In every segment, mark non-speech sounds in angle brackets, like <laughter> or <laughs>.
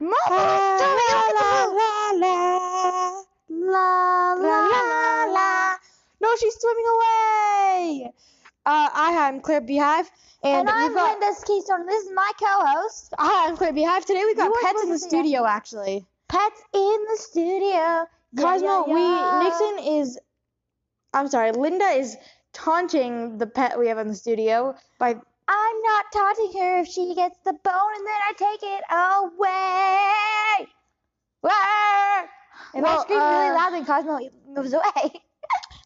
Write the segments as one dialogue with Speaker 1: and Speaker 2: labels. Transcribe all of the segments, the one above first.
Speaker 1: Monster in the
Speaker 2: La
Speaker 1: La la la. No, she's swimming away. Uh, I am Claire Beehive, and,
Speaker 2: And
Speaker 1: we've
Speaker 2: I'm
Speaker 1: got
Speaker 2: Linda Keystone. This is my co-host.
Speaker 1: Hi, I'm Claire Beehive. Today we've got
Speaker 2: You were
Speaker 1: pets in the
Speaker 2: supposed to say that.
Speaker 1: studio, actually.
Speaker 2: Pets in the studio. Yeah,
Speaker 1: Cosmo,
Speaker 2: yeah, yeah.
Speaker 1: we Nixon is. I'm sorry, Linda is taunting the pet we have in the studio by.
Speaker 2: I'm not taunting her if she gets the bone and then I take it away. Wah! And I
Speaker 1: Well,
Speaker 2: screamed really
Speaker 1: uh,
Speaker 2: loud and Cosmo moves away.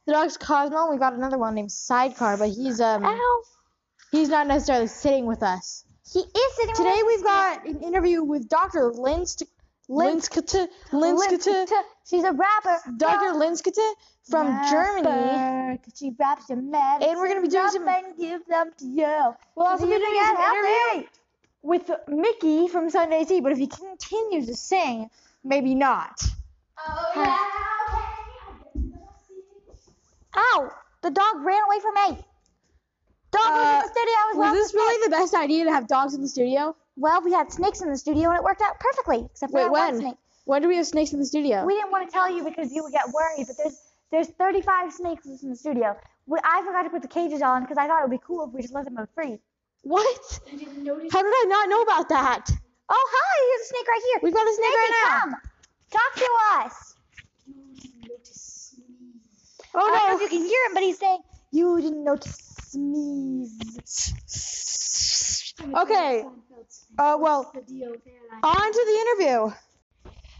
Speaker 1: The dog's Cosmo. We got another one named Sidecar, but he's um
Speaker 2: Ow.
Speaker 1: he's not necessarily sitting with us.
Speaker 2: He is sitting with
Speaker 1: Today
Speaker 2: us.
Speaker 1: we've got an interview with Dr. Linz Linskete Linskete
Speaker 2: Linskete. She's a rapper.
Speaker 1: Dr. Linskete from Germany.
Speaker 2: Rapper, 'cause She raps your medicine.
Speaker 1: And we're gonna be doing
Speaker 2: Drop
Speaker 1: some-
Speaker 2: and give them to you.
Speaker 1: We'll also
Speaker 2: So
Speaker 1: be
Speaker 2: you
Speaker 1: doing an
Speaker 2: can get
Speaker 1: interview
Speaker 2: healthy.
Speaker 1: with Mickey from Sunday Tea, but if he continues to sing, maybe not.
Speaker 2: Oh, Ow! The dog ran away from me. Dog
Speaker 1: Uh,
Speaker 2: was in the studio. I was,
Speaker 1: Was
Speaker 2: lost
Speaker 1: this
Speaker 2: with snakes.
Speaker 1: really the best idea to have dogs in the studio?
Speaker 2: Well, we had snakes in the studio and it worked out perfectly, except for
Speaker 1: Wait,
Speaker 2: that
Speaker 1: when?
Speaker 2: one snake.
Speaker 1: When do we have snakes in the studio?
Speaker 2: We didn't want to tell you because you would get worried, but there's there's 35 snakes in the studio. We, I forgot to put the cages on because I thought it would be cool if we just let them out free.
Speaker 1: what? How did I not know about that?
Speaker 2: Oh, hi! Here's a snake right here.
Speaker 1: We've got a snake
Speaker 2: Snakey,
Speaker 1: right now.
Speaker 2: come. Talk to us. I don't know
Speaker 1: Oh
Speaker 2: if
Speaker 1: no!
Speaker 2: you can hear him, but he's saying, You didn't notice me.
Speaker 1: Okay. Uh, well, on to the interview.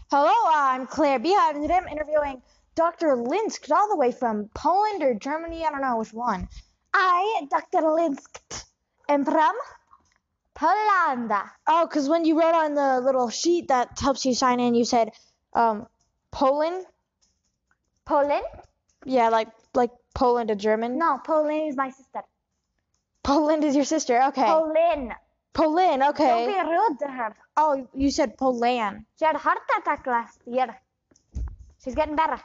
Speaker 1: Hello, I'm Claire Beehive, and today I'm interviewing Dr. Linsk, all the way from Poland or Germany, I don't know which one.
Speaker 2: I, Dr. Linsk,
Speaker 1: And from?
Speaker 2: Poland.
Speaker 1: Oh, because when you wrote on the little sheet that helps you sign in, you said um, Poland.
Speaker 2: Poland?
Speaker 1: Yeah, like like Poland to German.
Speaker 2: No, Poland is my sister.
Speaker 1: Poland is your sister. Okay.
Speaker 2: Poland.
Speaker 1: Poland. Okay.
Speaker 2: Don't be rude to her.
Speaker 1: oh, you said Poland.
Speaker 2: She had a heart attack last year. She's getting better. It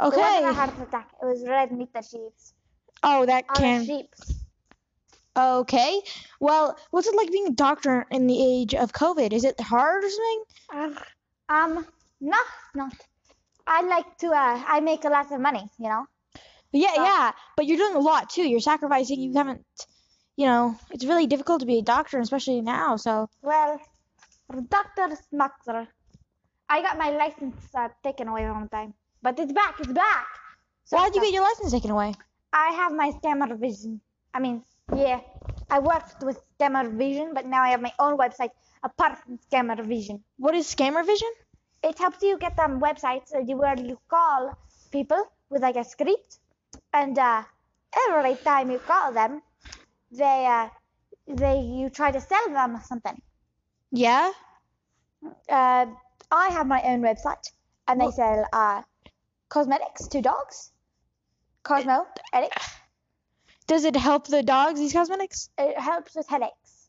Speaker 2: wasn't a
Speaker 1: Okay.
Speaker 2: heart attack. It was red meat that she eats
Speaker 1: Oh, that
Speaker 2: on a
Speaker 1: can.
Speaker 2: sheep.
Speaker 1: Okay. Well, what's it like being a doctor in the age of COVID? Is it hard or something?
Speaker 2: Ugh. Um, no, not. I like to. Uh, I make a lot of money. You know.
Speaker 1: Yeah,
Speaker 2: Uh,
Speaker 1: yeah. But you're doing a lot too. You're sacrificing. You haven't. You know, it's really difficult to be a doctor, especially now. So.
Speaker 2: Well, Doctor Smuxer, I got my license uh, taken away one time, but it's back. It's back. So uh,
Speaker 1: Why'd you get your license taken away?
Speaker 2: I have my stammer vision. I mean, yeah, I worked with stammer vision, but now I have my own website apart from stammer vision.
Speaker 1: What is scammer vision?
Speaker 2: It helps you get um websites uh, you- where you call people with like a script, and uh, every time you call them, they uh, they you try to sell them something.
Speaker 1: Yeah.
Speaker 2: uh, I have my own website, and they
Speaker 1: What-
Speaker 2: sell uh, cosmetics to dogs. Cosmo headaches.
Speaker 1: Does it help the dogs? These cosmetics?
Speaker 2: It helps with headaches.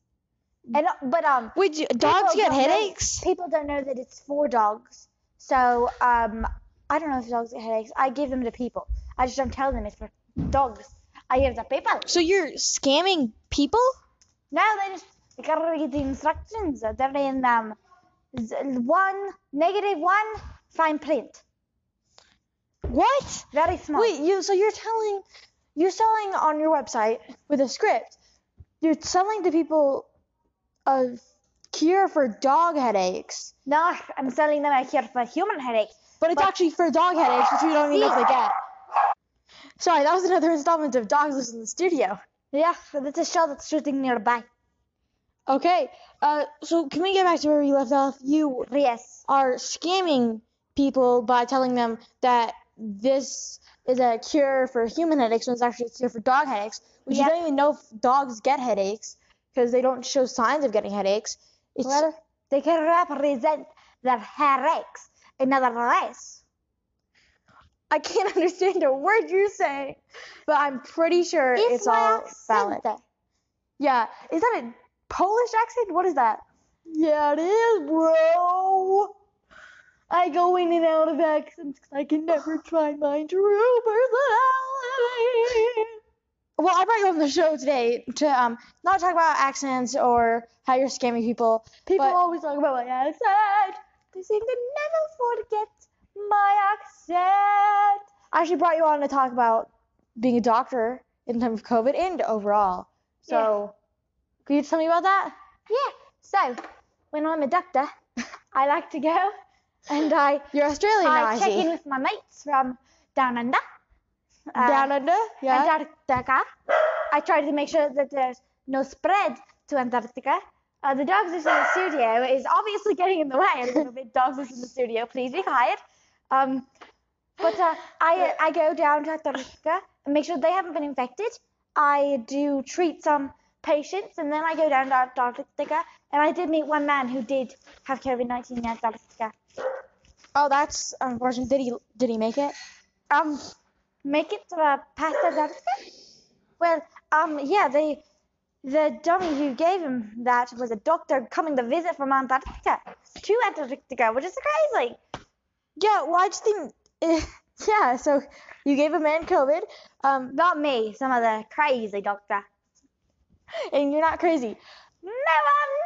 Speaker 2: And uh, but um,
Speaker 1: Wait, do- dogs get
Speaker 2: people don't know-
Speaker 1: headaches?
Speaker 2: people don't know that it's for dogs, so um, I don't know if dogs get headaches. I give them to people. I just don't tell them it's for dogs. I give it to people.
Speaker 1: So you're scamming people?
Speaker 2: No, they just they gotta read the instructions. They're in um, z- one negative one fine print.
Speaker 1: What?
Speaker 2: Very small.
Speaker 1: Wait, you so you're telling you're selling on your website with a script. You're selling to people a cure for dog headaches.
Speaker 2: No, I'm selling them out here for human headaches.
Speaker 1: But it's
Speaker 2: But-
Speaker 1: actually for dog headaches, which we don't even know if they get. Sorry, that was another installment of Dogs Lives in the Studio.
Speaker 2: Yeah, so that's a shell that's shooting nearby.
Speaker 1: Okay, uh, so can we get back to where we left off? You
Speaker 2: Yes.
Speaker 1: are scamming people by telling them that this is a cure for human headaches when it's actually a cure for dog headaches, which
Speaker 2: Yep.
Speaker 1: you don't even know if dogs get headaches because they don't show signs of getting headaches. It's,
Speaker 2: Well, they can represent their headaches in other ways.
Speaker 1: I can't <laughs> understand a word you're saying, but I'm pretty sure it's,
Speaker 2: my
Speaker 1: all
Speaker 2: accent.
Speaker 1: valid. Yeah, is that a Polish accent? What is that? Yeah, it is, bro. I go in and out of <sighs> accents 'cause I can never find my true personality. Well, I brought you on the show today to um not talk about accents or how you're scamming people.
Speaker 2: People
Speaker 1: but-
Speaker 2: always talk about my accent. They seem to never forget my accent.
Speaker 1: I actually brought you on to talk about being a doctor in time of COVID and overall. So, could you tell me about that?
Speaker 2: Yeah. So when I'm a doctor, <laughs> I like to go and I
Speaker 1: You're Australian,
Speaker 2: I
Speaker 1: now,
Speaker 2: check
Speaker 1: see.
Speaker 2: in with my mates from down under. Uh,
Speaker 1: Down under, yeah.
Speaker 2: Antarctica. I try to make sure that there's no spread to Antarctica. Uh, the dog that's in the studio is obviously getting in the way. I don't know if dogs is in the studio. Please be quiet. Um, but uh, I I go down to Antarctica and make sure they haven't been infected. I do treat some patients, and then I go down to Antarctica. And I did meet one man who did have COVID-19 in Antarctica.
Speaker 1: oh, that's unfortunate. Did he did he make it?
Speaker 2: um make it uh, past Antarctica? Well, um yeah, they the dummy who gave him that was a doctor coming to visit from Antarctica to Antarctica, which is crazy.
Speaker 1: Yeah. Well, I just think. <laughs> eh, yeah. So you gave a man COVID, um,
Speaker 2: Not me, some other crazy doctor.
Speaker 1: and you're not crazy.
Speaker 2: No,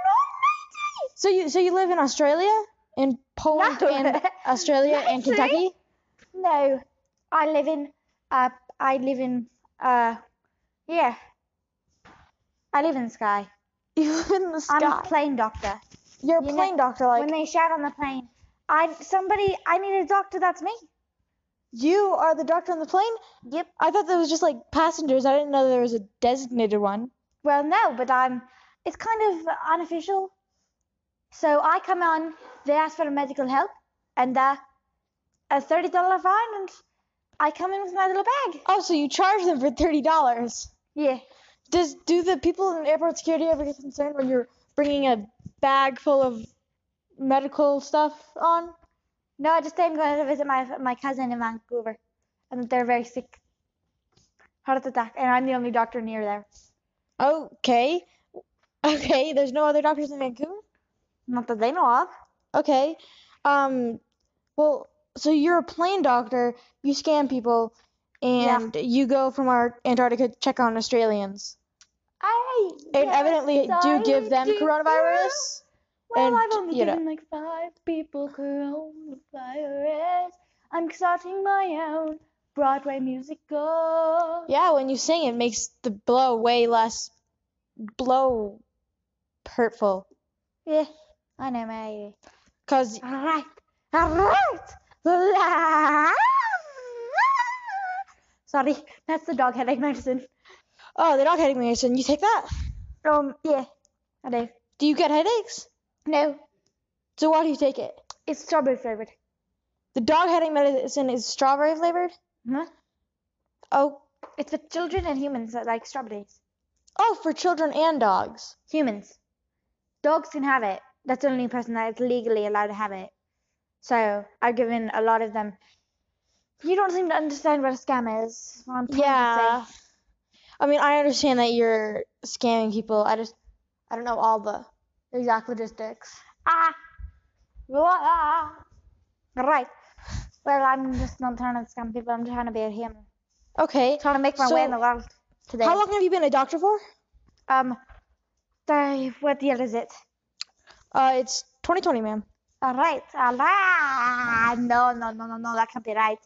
Speaker 2: I'm
Speaker 1: So you so you live in Australia, in Poland,
Speaker 2: No. <laughs>
Speaker 1: and Australia and
Speaker 2: Not
Speaker 1: Kentucky.
Speaker 2: really. not lazy. No, I live in uh I live in uh yeah. I live in the sky.
Speaker 1: <laughs> You live in the
Speaker 2: I'm
Speaker 1: sky.
Speaker 2: a plane doctor.
Speaker 1: you're a
Speaker 2: you know,
Speaker 1: plane doctor, like
Speaker 2: when they shout on the plane, I somebody I need a doctor. That's me.
Speaker 1: you are the doctor on the plane.
Speaker 2: Yep.
Speaker 1: I thought that was just like passengers. I didn't know there was a designated one.
Speaker 2: Well, no, but I'm. It's kind of unofficial. So I come on. They ask for medical help, and uh, a thirty dollar fine, and I come in with my little bag.
Speaker 1: Oh, so you charge them for thirty dollars.
Speaker 2: Yeah.
Speaker 1: Does do the people in airport security ever get concerned when you're bringing a bag full of medical stuff on?
Speaker 2: No, I just am going to visit my my cousin in Vancouver, and they're very sick. Heart attack, and I'm the only doctor near there.
Speaker 1: Okay. Okay, there's no other doctors in Vancouver?
Speaker 2: Not that they know of.
Speaker 1: Okay. Um well, so you're a plane doctor, you scan people
Speaker 2: Yeah.
Speaker 1: and you go from our Antarctica to check on Australians.
Speaker 2: I.
Speaker 1: And evidently do give them coronavirus.
Speaker 2: Well,
Speaker 1: And,
Speaker 2: I've only
Speaker 1: you know.
Speaker 2: given like five people coronavirus. I'm starting my own Broadway musical.
Speaker 1: Yeah, when you sing it makes the blow way less blow hurtful.
Speaker 2: Yeah, I know, my.
Speaker 1: Cause
Speaker 2: Alright, alright. Sorry, that's the dog headache medicine.
Speaker 1: oh, the dog headache medicine, you take that?
Speaker 2: Um, yeah, I do.
Speaker 1: Do you get headaches?
Speaker 2: No,
Speaker 1: So why do you take it?
Speaker 2: it's strawberry flavored.
Speaker 1: The dog headache medicine is strawberry flavored.
Speaker 2: Huh?
Speaker 1: Oh,
Speaker 2: It's for children and humans that like strawberries.
Speaker 1: oh, for children and dogs.
Speaker 2: humans. Dogs can have it. That's the only person that is legally allowed to have it. So I've given a lot of them. You don't seem to understand what a scam is. What I'm trying to
Speaker 1: Yeah.
Speaker 2: say.
Speaker 1: I mean, I understand that you're scamming people. I just, I don't know all the exact logistics.
Speaker 2: Ah. Wah. Right. Well, I'm just not trying to scam people. I'm trying to be a human.
Speaker 1: Okay.
Speaker 2: Trying to make my way in
Speaker 1: So,
Speaker 2: the world today.
Speaker 1: How long have you been a doctor for?
Speaker 2: Um. the- what year is it?
Speaker 1: Uh, it's 2020, ma'am.
Speaker 2: All right. All right. No, no, no, no, no. That can't be right.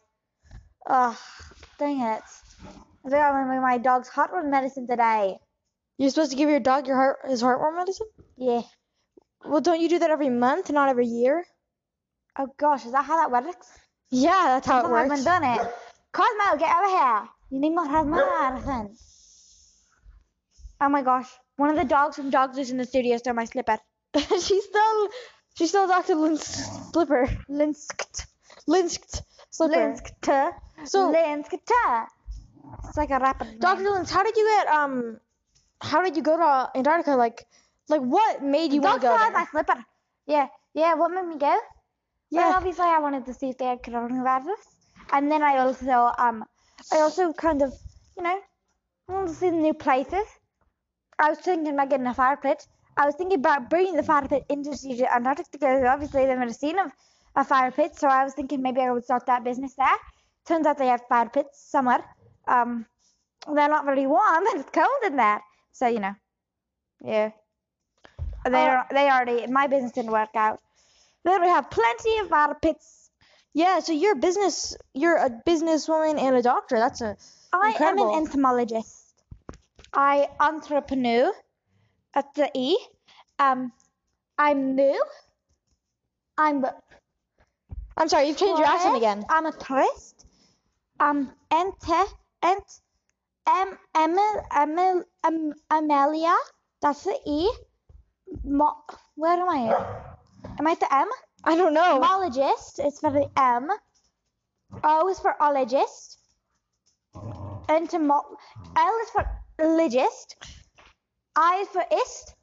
Speaker 2: Oh, dang it. I think I'm going to make my dog's heartworm medicine today.
Speaker 1: You're supposed to give your dog your heart, his heartworm medicine.
Speaker 2: Yeah.
Speaker 1: Well, don't you do that every month, not every year?
Speaker 2: Oh, gosh. Is that how that works?
Speaker 1: Yeah, that's how it
Speaker 2: I haven't
Speaker 1: works.
Speaker 2: done it. Cosmo, get over here. You need more health medicine. Oh, my gosh. One of the dogs from Dogs is in the studio stole
Speaker 1: <laughs>
Speaker 2: my slipper.
Speaker 1: she's still, she's still Dr. Linsk, Blipper,
Speaker 2: Linsked.
Speaker 1: Linsked, Slipper.
Speaker 2: Linsked.
Speaker 1: So-
Speaker 2: Linsked. It's like a rapid.
Speaker 1: Dr.
Speaker 2: name.
Speaker 1: Lins, how did you get um how did you go to Antarctica? Like like what made you want
Speaker 2: Dog
Speaker 1: to go?
Speaker 2: stole my
Speaker 1: There?
Speaker 2: slipper. Yeah. Yeah. What made me go? Well,
Speaker 1: Yeah.
Speaker 2: obviously, I wanted to see if they had coronavirus, and then I also um, I also kind of, you know, I wanted to see the new places. I was thinking about getting a fire pit. I was thinking about bringing the fire pit into Antarctica. Antarctica. Obviously, they've never seen a, a fire pit, so I was thinking maybe I would start that business there. Turns out they have fire pits somewhere. Um, they're not very warm. <laughs> It's cold in there. So, you know, yeah. They,
Speaker 1: Uh,
Speaker 2: are they already, my business didn't work out. Then we have plenty of armpits.
Speaker 1: Yeah, so you're a business, you're a businesswoman and a doctor. That's a
Speaker 2: I am
Speaker 1: Incredible.
Speaker 2: an entomologist. I entrepreneur at the E. Um, I'm new. I'm
Speaker 1: I'm sorry, you've changed your accent
Speaker 2: Correct.
Speaker 1: again.
Speaker 2: I'm a tourist. Um, enter, ent, em, emil, emil, em, Amelia. That's the E. Mo, where am I at? Am I at the M?
Speaker 1: I don't know.
Speaker 2: Mologist is for the M. O is for ologist. Entomo, L is for logist. I is for ist.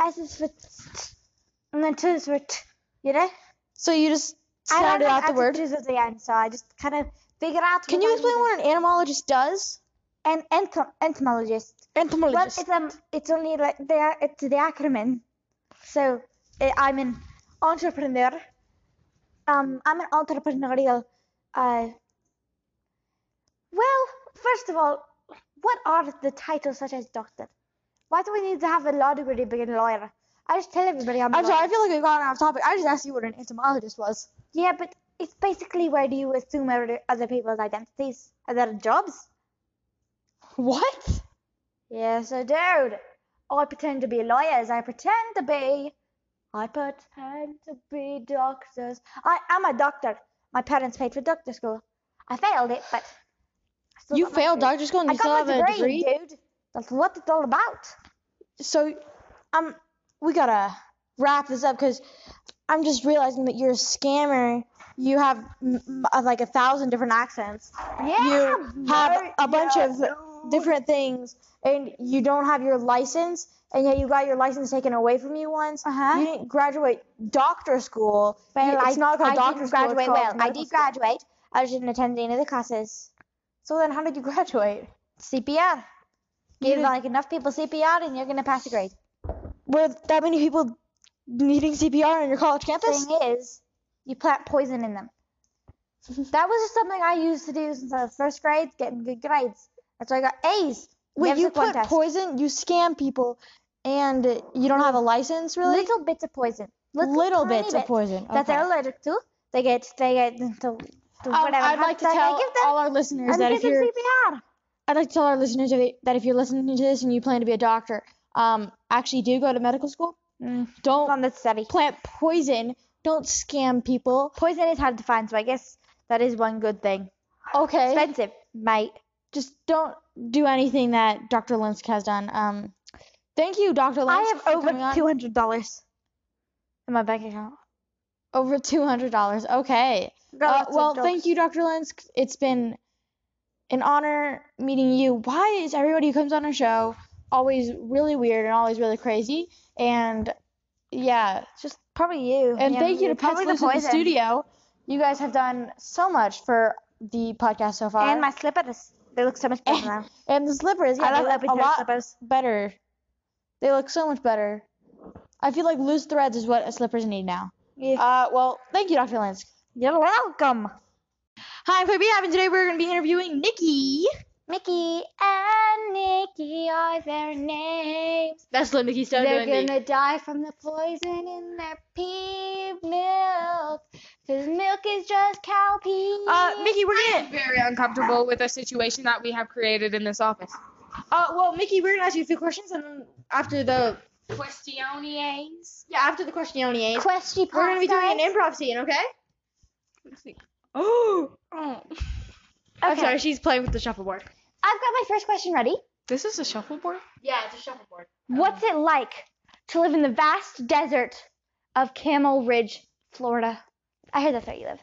Speaker 2: S is for t. And then T is for T. You know?
Speaker 1: So you just
Speaker 2: I don't
Speaker 1: sounded
Speaker 2: know
Speaker 1: out the word.
Speaker 2: adjectives at the end, so I just kind of figure out.
Speaker 1: Can you explain what an animalologist does?
Speaker 2: an entom- entomologist? Well,
Speaker 1: Entomologist.
Speaker 2: it's um, it's only like they are, it's the acronym. So uh, I'm an entrepreneur. Um, I'm an entrepreneurial. Uh, well, first of all, what are the titles such as doctor? Why do we need to have a law degree to be a lawyer? I just tell everybody I'm. a
Speaker 1: I'm
Speaker 2: lawyer.
Speaker 1: sorry, I feel like we've gone off topic. I just asked you what an entomologist was.
Speaker 2: Yeah, but it's basically where do you assume other other people's identities, other jobs?
Speaker 1: What?
Speaker 2: Yeah, so dude, I pretend to be lawyers. I pretend to be, I pretend to be doctors. I am a doctor. My parents paid for doctor school. I failed it, but I still
Speaker 1: You
Speaker 2: got my
Speaker 1: failed
Speaker 2: degree.
Speaker 1: doctor school and
Speaker 2: I
Speaker 1: you still
Speaker 2: got
Speaker 1: have
Speaker 2: my
Speaker 1: a
Speaker 2: degree, dude. That's what it's all about.
Speaker 1: So, um, we gotta wrap this up because I'm just realizing that you're a scammer. You have m- m- uh, like a thousand different accents.
Speaker 2: Yeah, Uh-huh.
Speaker 1: you have
Speaker 2: bro,
Speaker 1: a bunch
Speaker 2: yeah,
Speaker 1: of
Speaker 2: dude.
Speaker 1: different things, and you don't have your license, and yet you got your license taken away from you once.
Speaker 2: Uh-huh.
Speaker 1: You didn't graduate doctor school.
Speaker 2: Well,
Speaker 1: You-
Speaker 2: I,
Speaker 1: it's not called
Speaker 2: I
Speaker 1: doctor
Speaker 2: didn't
Speaker 1: school. it's
Speaker 2: graduate
Speaker 1: called
Speaker 2: well. I
Speaker 1: medical
Speaker 2: did
Speaker 1: school.
Speaker 2: graduate. I just didn't attend any of the classes.
Speaker 1: So then, how did you graduate?
Speaker 2: CPR.
Speaker 1: You
Speaker 2: Give
Speaker 1: did-
Speaker 2: like enough people CPR and you're gonna pass a grade.
Speaker 1: Were that many people needing CPR on your college campus?
Speaker 2: Thing is, you plant poison in
Speaker 1: <laughs>
Speaker 2: them. that was just something I used to do since I was first grade, getting good grades. That's why I got A's.
Speaker 1: Wait,
Speaker 2: Never
Speaker 1: you
Speaker 2: took one
Speaker 1: put
Speaker 2: test.
Speaker 1: poison, you scam people, and you don't have a license, really?
Speaker 2: little bits of poison.
Speaker 1: Little,
Speaker 2: tiny
Speaker 1: bits of poison.
Speaker 2: that
Speaker 1: okay.
Speaker 2: they're allergic to. They get they get to, to
Speaker 1: Um,
Speaker 2: whatever.
Speaker 1: I'd like to
Speaker 2: happens,
Speaker 1: tell
Speaker 2: they give them,
Speaker 1: all our listeners
Speaker 2: and
Speaker 1: that
Speaker 2: they
Speaker 1: if
Speaker 2: give them
Speaker 1: you're,
Speaker 2: CPR.
Speaker 1: I'd like to tell our listeners if that if you're listening to this and you plan to be a doctor, um, actually do go to medical school. Don't
Speaker 2: on the study.
Speaker 1: plant poison. Don't scam people.
Speaker 2: Poison is hard to find, so I guess that is one good thing.
Speaker 1: Okay.
Speaker 2: Expensive, mate.
Speaker 1: Just don't do anything that Dr. Linsk has done. Um, thank you, Dr. Linsk.
Speaker 2: I have
Speaker 1: for
Speaker 2: over
Speaker 1: coming on.
Speaker 2: two hundred dollars in my bank account.
Speaker 1: over two hundred dollars. Okay. Uh, well, thank you, Dr. Lensk. It's been an honor meeting you. Why is everybody who comes on our show always really weird and always really crazy? And yeah,
Speaker 2: Just probably you.
Speaker 1: and
Speaker 2: Yeah,
Speaker 1: thank you
Speaker 2: you're
Speaker 1: to Pets
Speaker 2: probably
Speaker 1: Loose at the
Speaker 2: poison.
Speaker 1: studio. You guys have done so much for the podcast so far.
Speaker 2: And my slippers. They look so much <laughs> better now.
Speaker 1: and the slippers. Yeah,
Speaker 2: I
Speaker 1: they
Speaker 2: love
Speaker 1: look
Speaker 2: open
Speaker 1: a
Speaker 2: toe
Speaker 1: lot
Speaker 2: slippers.
Speaker 1: better. They look so much better. I feel like loose threads is what slippers need now.
Speaker 2: Yeah.
Speaker 1: Uh, well, thank you, Dr. Lensk.
Speaker 2: You're welcome.
Speaker 1: Hi, I'm Claire Beehive, and today we're going to be interviewing Nikki.
Speaker 2: Mickey and Nikki are their names.
Speaker 1: That's what Nikki Stone
Speaker 2: They're gonna die from the poison in their pea milk. Cause milk is just cow pee.
Speaker 1: Uh, Mickey, we're gonna.
Speaker 3: very uncomfortable with the situation that we have created in this office.
Speaker 1: Uh, well, Mickey, we're gonna ask you a few questions, and then after the
Speaker 3: Questiones.
Speaker 1: yeah, after the questionnaires,
Speaker 2: Question
Speaker 1: we're gonna be doing an improv scene, okay?
Speaker 3: Oh, oh.
Speaker 1: I'm
Speaker 2: Okay.
Speaker 1: sorry, she's playing with the shuffleboard.
Speaker 2: I've got my first question ready.
Speaker 3: This is a shuffleboard?
Speaker 1: Yeah, it's a shuffleboard.
Speaker 2: What's it like to live in the vast desert of Camel Ridge, Florida? I heard that's where you live.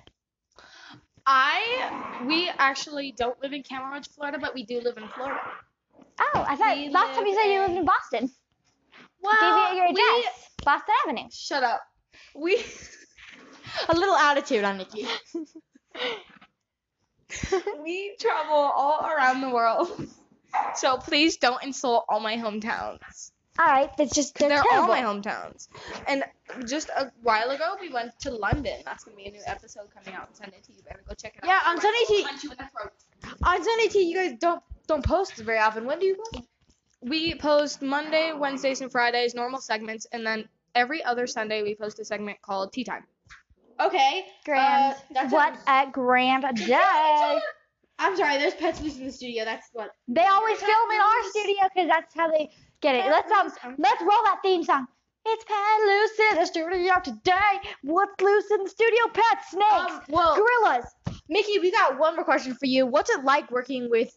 Speaker 3: I, we actually don't live in Camel Ridge, Florida, but we do live in Florida.
Speaker 2: Oh, I thought
Speaker 3: We
Speaker 2: last time you
Speaker 3: live
Speaker 2: said you lived
Speaker 3: in-
Speaker 2: in Boston.
Speaker 3: Well,
Speaker 2: Give me your address. Boston Avenue.
Speaker 3: shut up. We,
Speaker 1: <laughs> A little attitude on Nikki.
Speaker 3: we travel all around the world. <laughs> So please don't insult all my hometowns.
Speaker 2: All right, that's just they're,
Speaker 3: They're
Speaker 2: terrible.
Speaker 3: all my hometowns. And just a while ago, we went to London. That's gonna be a new episode coming out. Send it to you. Better go check it out.
Speaker 1: Yeah, on Sunday, she-
Speaker 3: Punch you in the throat.
Speaker 1: On Sunday, T, you guys don't don't post very often. When do you post?
Speaker 3: We post Monday, Wednesdays, and Fridays, normal segments, and then every other Sunday we post a segment called Tea Time. Okay.
Speaker 2: Grand.
Speaker 3: uh, that's
Speaker 2: what a grand day.
Speaker 3: I'm sorry, there's pets loose in the studio. That's what.
Speaker 2: They always film in our studio because that's how they get it. Let's um, let's roll that theme song. It's Pat Loose in the studio today. What's loose in the studio? Pet snakes,
Speaker 1: Um, well,
Speaker 2: gorillas.
Speaker 1: Mickey, we got one more question for you. What's it like working with?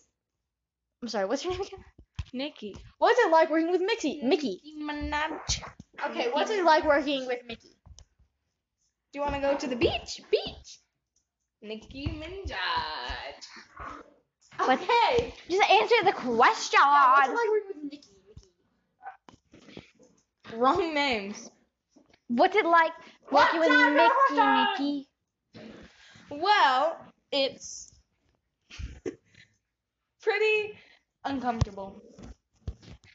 Speaker 1: I'm sorry. What's your name again?
Speaker 3: Nikki.
Speaker 1: What's it like working with Mickey? Mickey.
Speaker 3: Minaj.
Speaker 1: Okay. What's it like working with Mickey?
Speaker 3: Do you want to go to the beach? Beach. Nicki Minaj.
Speaker 1: Oh,
Speaker 2: What-
Speaker 3: Okay.
Speaker 2: Just answer the question.
Speaker 3: What's it like working with Nikki? Nikki? Wrong names.
Speaker 2: What's it like working with
Speaker 3: What's up,
Speaker 2: Mickey?
Speaker 3: Rockstar?
Speaker 2: Mickey.
Speaker 3: Well, it's <laughs> pretty uncomfortable.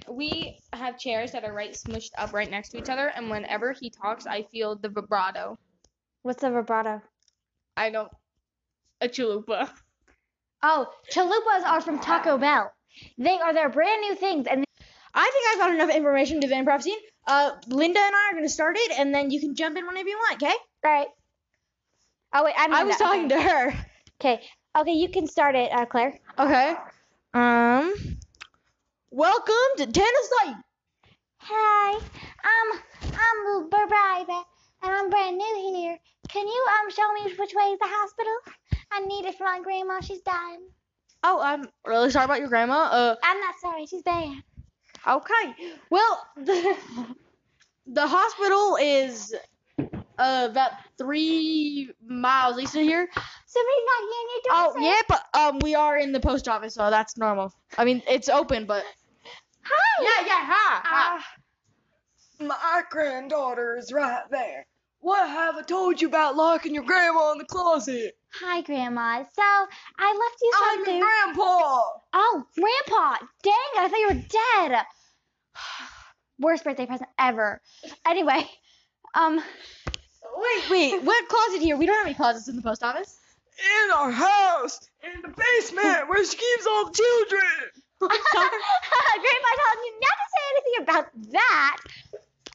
Speaker 3: We have chairs that are right smushed up right next to each other, and whenever he talks, I feel the vibrato.
Speaker 2: What's the vibrato?
Speaker 3: I don't. A chalupa.
Speaker 2: Oh, chalupas are from Taco Bell. They are their brand new things, and
Speaker 1: I think I've got enough information to the improv scene. Uh, Linda and I are going to start it, and then you can jump in whenever you want. Okay?
Speaker 2: all right. Oh wait, I'm.
Speaker 1: I was talking to her.
Speaker 2: Okay, okay, you can start it, uh, Claire.
Speaker 1: Okay. Um. Welcome to Tennessee.
Speaker 2: Hi, um, I'm Barbara, and I'm brand new here. Can you um show me which way is the hospital? I need it for my grandma. She's dying.
Speaker 1: Oh, I'm really sorry about your grandma. Uh.
Speaker 2: I'm not sorry. She's bad.
Speaker 1: Okay. Well, the, <laughs> the hospital is uh, about three miles east of here.
Speaker 2: Somebody's not here. Your
Speaker 1: Oh, yeah, but um, we are in the post office, so that's normal. I mean, it's open, but <laughs>
Speaker 2: Hi.
Speaker 1: yeah, yeah, hi, hi.
Speaker 2: Uh,
Speaker 1: My granddaughter is right there. What have I told you about locking your grandma in the closet?
Speaker 2: hi, grandma. So I left you
Speaker 1: Oh,
Speaker 2: some food.
Speaker 1: grandpa.
Speaker 2: Oh, Grandpa! Dang, I thought you were dead. <sighs> Worst birthday present ever. Anyway, um, <laughs>
Speaker 1: Wait, wait, what closet here? We don't have any closets in the post office.
Speaker 4: in our house, in the basement, where she keeps all the children.
Speaker 2: Grandma told you not to say anything about that.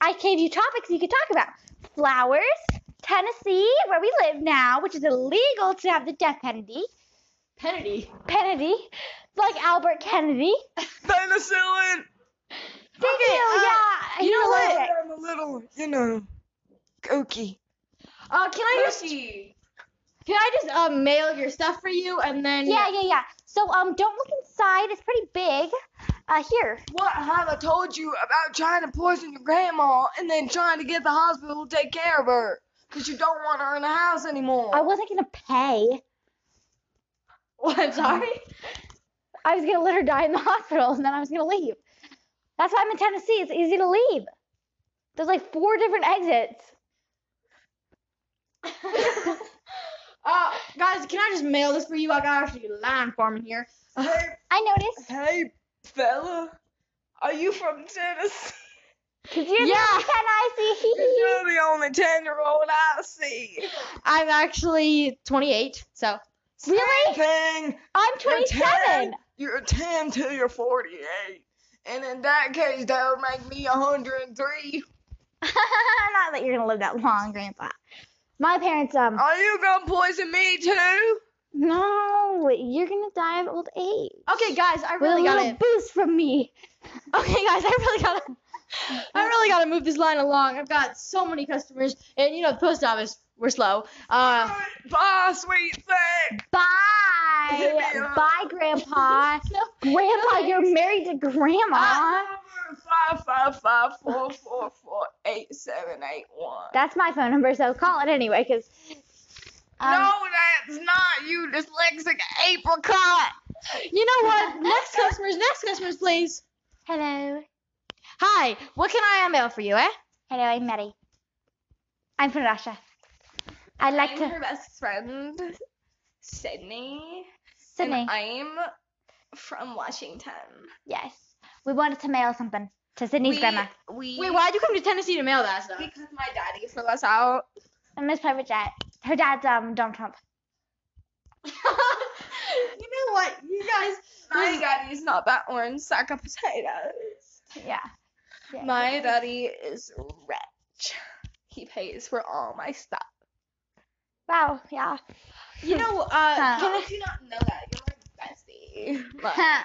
Speaker 2: I gave you topics you could talk about: flowers, Tennessee, where we live now, which is illegal to have the death penalty.
Speaker 1: Kennedy.
Speaker 2: Kennedy, like Albert Kennedy.
Speaker 4: Penicillin.
Speaker 2: Thank
Speaker 1: Okay,
Speaker 2: you.
Speaker 1: uh,
Speaker 2: yeah,
Speaker 1: you
Speaker 2: he's
Speaker 1: know what?
Speaker 2: allergic.
Speaker 4: I'm a little, you know, kooky.
Speaker 1: Uh, can I just can I just uh, mail your stuff for you and then
Speaker 2: Yeah, yeah, yeah. So um, don't look inside. It's pretty big. Uh, here.
Speaker 4: What have I told you about trying to poison your grandma and then trying to get the hospital to take care of her? Because you don't want her in the house anymore.
Speaker 2: I wasn't gonna pay.
Speaker 1: <laughs> What? Sorry.
Speaker 2: I was gonna let her die in the <laughs> hospital and then I was gonna leave. That's why I'm in Tennessee. It's easy to leave. There's like four different exits. <laughs>
Speaker 1: Uh, guys, can I just mail this for you? I got actually lion farming here.
Speaker 4: hey,
Speaker 2: I noticed.
Speaker 4: hey, fella. Are you from Tennessee?
Speaker 2: Cause you're the
Speaker 1: Yeah.
Speaker 2: only cat I see.
Speaker 4: You're the only 10 year old I see.
Speaker 1: I'm actually 28, so
Speaker 2: <laughs> really?
Speaker 4: Thing.
Speaker 2: I'm
Speaker 4: You're
Speaker 2: 27. <laughs>
Speaker 4: 10 You're 10 till you're 48. And in that case, that would make me 103.
Speaker 2: Not that you're gonna live that long, Grandpa. My parents, um,
Speaker 4: Are you gonna poison me too?
Speaker 2: no, you're gonna die of old age.
Speaker 1: okay, guys, I
Speaker 2: With a
Speaker 1: really got
Speaker 2: little
Speaker 1: it.
Speaker 2: boost from me.
Speaker 1: Okay, guys, I really got to I really got to move this line along. I've got so many customers, and you know, the post office, we're slow. Uh,
Speaker 4: Bye, sweet thing.
Speaker 2: Bye, bye, Grandpa. Grandpa, you're married to Grandma.
Speaker 4: Ah. Five five five four four four eight seven eight one.
Speaker 2: That's my phone number, so call it anyway, um, because.
Speaker 4: No, that's not you, dyslexic apricot.
Speaker 1: you know what? Next customers, next customers, please.
Speaker 2: Hello.
Speaker 1: Hi, what can I mail for you, eh?
Speaker 2: Hello, I'm Maddie. I'm from Russia. I'd like
Speaker 3: I'm
Speaker 2: to.
Speaker 3: her best friend, Sydney.
Speaker 2: Sydney.
Speaker 3: And I'm from Washington.
Speaker 2: yes. We wanted to mail something to Sydney's
Speaker 3: we,
Speaker 2: grandma.
Speaker 3: We,
Speaker 1: Wait, why'd you come to Tennessee to mail that stuff?
Speaker 3: Because my daddy flew us out.
Speaker 2: And Miss Private Jet. Her dad's um, Donald Trump.
Speaker 3: know what? You guys,
Speaker 4: My daddy's not that orange sack of potatoes.
Speaker 2: Yeah. yeah.
Speaker 4: My daddy is rich. He pays for all my stuff.
Speaker 2: Wow. Yeah. <laughs>
Speaker 3: you know, uh,
Speaker 4: <laughs>
Speaker 3: how
Speaker 2: Huh.
Speaker 3: did you not know that? You're my bestie.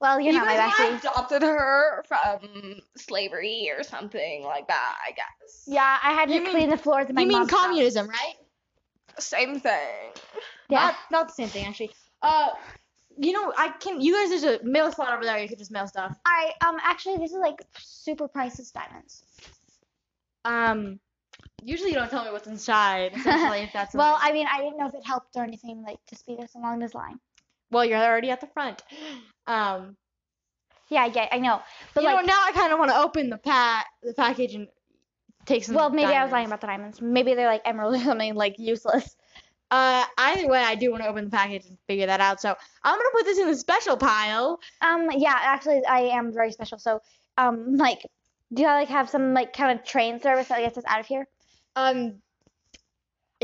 Speaker 2: well, you're
Speaker 4: you
Speaker 2: not my
Speaker 4: guys
Speaker 2: bestie.
Speaker 4: adopted her from slavery or something like that, I guess.
Speaker 2: Yeah, I had to
Speaker 1: You mean-
Speaker 2: clean the floors. at my
Speaker 1: you mean
Speaker 2: mom's house.
Speaker 1: communism, right?
Speaker 4: Same thing.
Speaker 2: Yeah.
Speaker 1: Not, not the same thing, actually. Uh, you know, I can. You guys, there's a mail slot over there. You can just mail stuff.
Speaker 2: All right. Um. Actually, this is like super priceless diamonds.
Speaker 1: Um, usually you don't tell me what's inside. Essentially, if <laughs> that's
Speaker 2: Well,
Speaker 1: something-
Speaker 2: I mean, I didn't know if it helped or anything like to speed us along this line.
Speaker 1: well, you're already at the front. Um,
Speaker 2: Yeah. Yeah. I know. But
Speaker 1: you
Speaker 2: like,
Speaker 1: know, now I kind of want to open the pack, the package, and take some.
Speaker 2: well, maybe I was lying
Speaker 1: diamonds.
Speaker 2: about the diamonds. Maybe they're like emeralds or something like useless.
Speaker 1: Uh, either way, I do want to open the package and figure that out. So I'm gonna put this in the special pile.
Speaker 2: Um. Yeah. Actually, I am very special. So, um, like, do you like have some like kind of train service that gets us out of here,
Speaker 1: Um,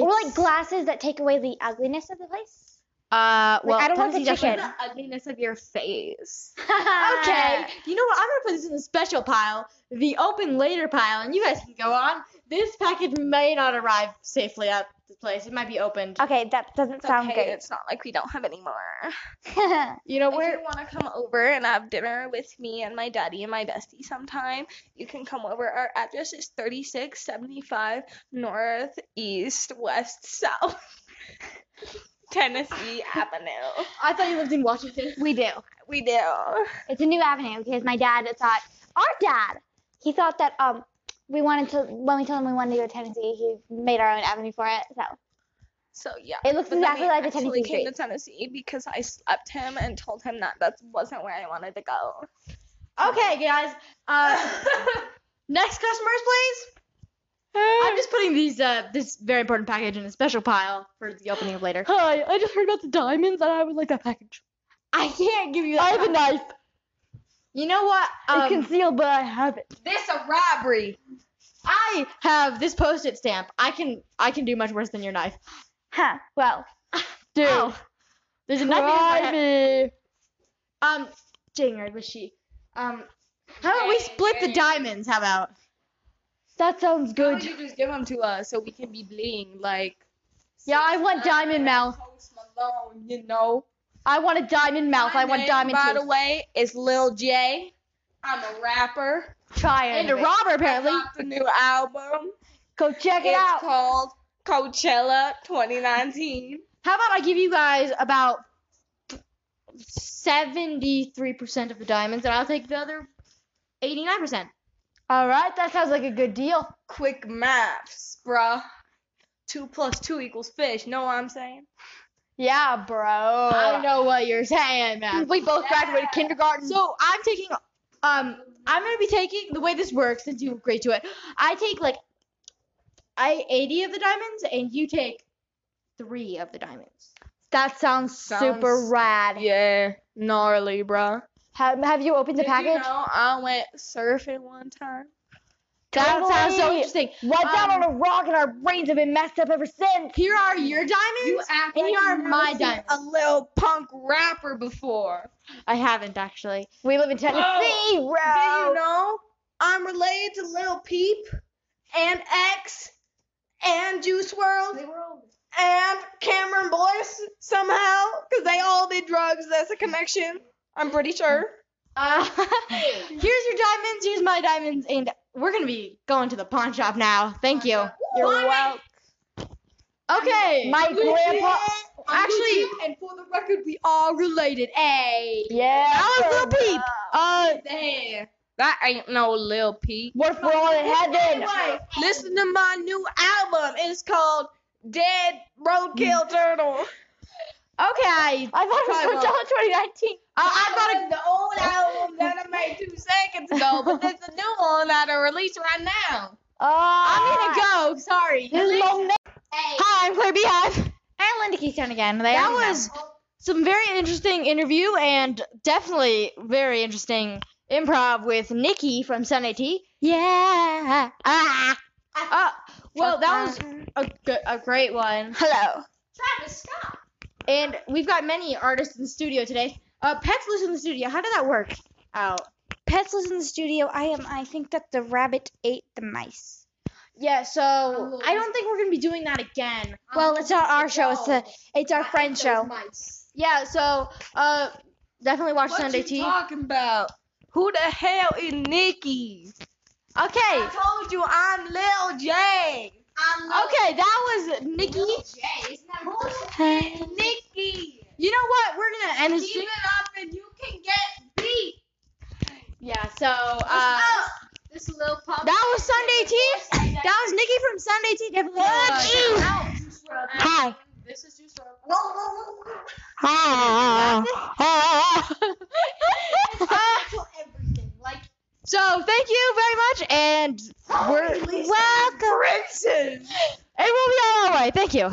Speaker 2: or like
Speaker 1: it's-
Speaker 2: glasses that take away the ugliness of the place?
Speaker 1: Uh, well,
Speaker 2: I don't want the
Speaker 1: Tennessee definitely-
Speaker 2: chicken. <laughs>
Speaker 4: The ugliness of your face.
Speaker 1: Okay, you know what? I'm gonna put this in the special pile, the open later pile, and you guys can go on. This package may not arrive safely at the place. It might be opened.
Speaker 2: Okay, that doesn't
Speaker 4: It's
Speaker 2: sound
Speaker 4: okay.
Speaker 2: good.
Speaker 4: It's not like we don't have any more.
Speaker 1: You know
Speaker 4: If you
Speaker 1: where?
Speaker 4: want to come over and have dinner with me and my daddy and my bestie sometime, you can come over. Our address is 3675 North East West South <laughs> Tennessee Avenue.
Speaker 1: I thought you lived in Washington.
Speaker 2: <laughs> we do.
Speaker 4: We do.
Speaker 2: It's a new avenue because my dad thought our dad. He thought that um we wanted to when we told him we wanted to go to Tennessee, he made our own avenue for it. So
Speaker 4: So yeah.
Speaker 2: it looks
Speaker 4: But then
Speaker 2: exactly
Speaker 4: we
Speaker 2: like a
Speaker 4: actually
Speaker 2: Tennessee
Speaker 4: came
Speaker 2: street.
Speaker 4: to Tennessee because I slept him and told him that that wasn't where I wanted to go.
Speaker 1: Okay, guys.
Speaker 5: <laughs>
Speaker 1: Uh, next customers, please. I'm just putting these uh this very important package in a special pile for the opening of later.
Speaker 5: Hi, I just heard about the diamonds and I would like that package.
Speaker 1: I can't give you.
Speaker 5: I
Speaker 1: That.
Speaker 5: have a knife.
Speaker 1: You know what?
Speaker 5: It's
Speaker 1: Um,
Speaker 5: concealed, but I have it.
Speaker 3: This a robbery.
Speaker 1: I have this post-it stamp. I can I can do much worse than your knife.
Speaker 2: Huh. Well,
Speaker 5: Dude,
Speaker 1: Oh, there's a knife in his
Speaker 5: try me.
Speaker 1: hand. Um, Jingard was she? Um, how about we
Speaker 3: Dang,
Speaker 1: split the
Speaker 3: dang.
Speaker 1: diamonds? How about?
Speaker 5: That sounds
Speaker 3: Why don't
Speaker 5: good.
Speaker 3: you just give them to us so we can be bleeding like.
Speaker 5: Yeah, I want diamond mouth.
Speaker 3: Post Malone, you know.
Speaker 5: I want a diamond mouth. I
Speaker 3: My
Speaker 5: want
Speaker 3: name,
Speaker 5: diamond
Speaker 3: By the
Speaker 5: teeth.
Speaker 3: way, is Lil J. I'm a rapper.
Speaker 5: Try
Speaker 1: And
Speaker 5: it.
Speaker 1: a robber apparently.
Speaker 3: Dropped a new album.
Speaker 5: Go check it
Speaker 3: it's
Speaker 5: out.
Speaker 3: called Coachella 2019.
Speaker 1: How about I give you guys about seventy-three percent of the diamonds, and I'll take the other eighty-nine percent.
Speaker 5: All right, that sounds like a good deal.
Speaker 3: Quick maths, bruh. Two plus two equals fish. Know what I'm saying?
Speaker 5: Yeah, bro.
Speaker 1: I know what you're saying, man.
Speaker 5: We both graduated kindergarten.
Speaker 1: So I'm taking, um, I'm gonna be taking the way this works since you agreed to it. I take like, I eighty of the diamonds, and you take three of the diamonds.
Speaker 5: that sounds, super
Speaker 3: Sounds-
Speaker 5: rad.
Speaker 3: Yeah, gnarly, bruh.
Speaker 5: Have, have you opened the
Speaker 3: Did
Speaker 5: package?
Speaker 3: You know, I went surfing one time.
Speaker 1: That sounds so
Speaker 5: Totally.
Speaker 1: interesting.
Speaker 5: Right down on
Speaker 1: Um,
Speaker 5: a rock, and our brains have been messed up ever since.
Speaker 1: Here are your diamonds.
Speaker 3: act
Speaker 1: And you are
Speaker 3: never
Speaker 1: my
Speaker 3: seen
Speaker 1: diamond.
Speaker 3: A little punk rapper before.
Speaker 1: I haven't actually.
Speaker 5: We live in Tennessee,
Speaker 1: Oh.
Speaker 3: Did you
Speaker 5: bro.
Speaker 3: know I'm related to Lil Peep and X and Juice World and Cameron Boyce somehow? Because they all did drugs. That's a connection. I'm pretty sure.
Speaker 1: Uh, here's your diamonds. Here's my diamonds, and we're gonna be going to the pawn shop now. Thank you.
Speaker 3: You're welcome.
Speaker 1: Okay.
Speaker 5: My grandpa.
Speaker 1: actually,
Speaker 3: and for the record, we are related. Hey.
Speaker 5: Yeah.
Speaker 1: that was Lil Peep. Uh,
Speaker 3: There. That ain't no Lil Peep.
Speaker 5: What if we're all in heaven?
Speaker 3: Anyway, listen to my new album. It's called Dead Roadkill Turtle.
Speaker 1: okay.
Speaker 5: I thought it
Speaker 1: Probably
Speaker 5: was Coachella 2019.
Speaker 1: Uh,
Speaker 3: I
Speaker 1: I've got a.
Speaker 3: got the old album that I made two seconds ago, but there's a new one that I released right now.
Speaker 5: Uh,
Speaker 1: I'm gonna go. Sorry.
Speaker 5: This is long
Speaker 1: Hi, I'm Claire Beehive.
Speaker 2: and Linda Keystone again. They
Speaker 1: That
Speaker 2: already know.
Speaker 1: was some very interesting interview and definitely very interesting improv with Nikki from Sun AT.
Speaker 5: Yeah.
Speaker 1: Ah.
Speaker 4: Um,
Speaker 1: Ah. Well, that was a, g- a great one.
Speaker 5: Hello.
Speaker 3: Travis Scott.
Speaker 1: And we've got many artists in the studio today. Uh, pets live in the studio. How did that work out?
Speaker 2: Pets lives in the studio. I am. I think that the rabbit ate the mice.
Speaker 1: Yeah, so I don't think we're gonna be doing that again.
Speaker 4: Um,
Speaker 2: Well, it's not our show. It's the. It's our friend show.
Speaker 1: Yeah, so uh, definitely watch
Speaker 4: What
Speaker 1: Sunday
Speaker 4: you
Speaker 1: Tea.
Speaker 4: talking about? Who the hell is Nikki?
Speaker 1: okay,
Speaker 4: I told you I'm Lil J.
Speaker 1: okay, that was Nikki.
Speaker 4: Nikki,
Speaker 1: You know what? We're gonna end this.
Speaker 4: keep it up and you can get beat.
Speaker 1: Yeah, so uh,
Speaker 6: This little pump.
Speaker 1: that was Sunday Tea. That was Nikki from Sunday Tea. Definitely, uh, check her out.
Speaker 6: Hi.
Speaker 4: This is just
Speaker 6: Hi.
Speaker 1: So thank you very much, and we're welcome. And we'll be on our way. Thank you.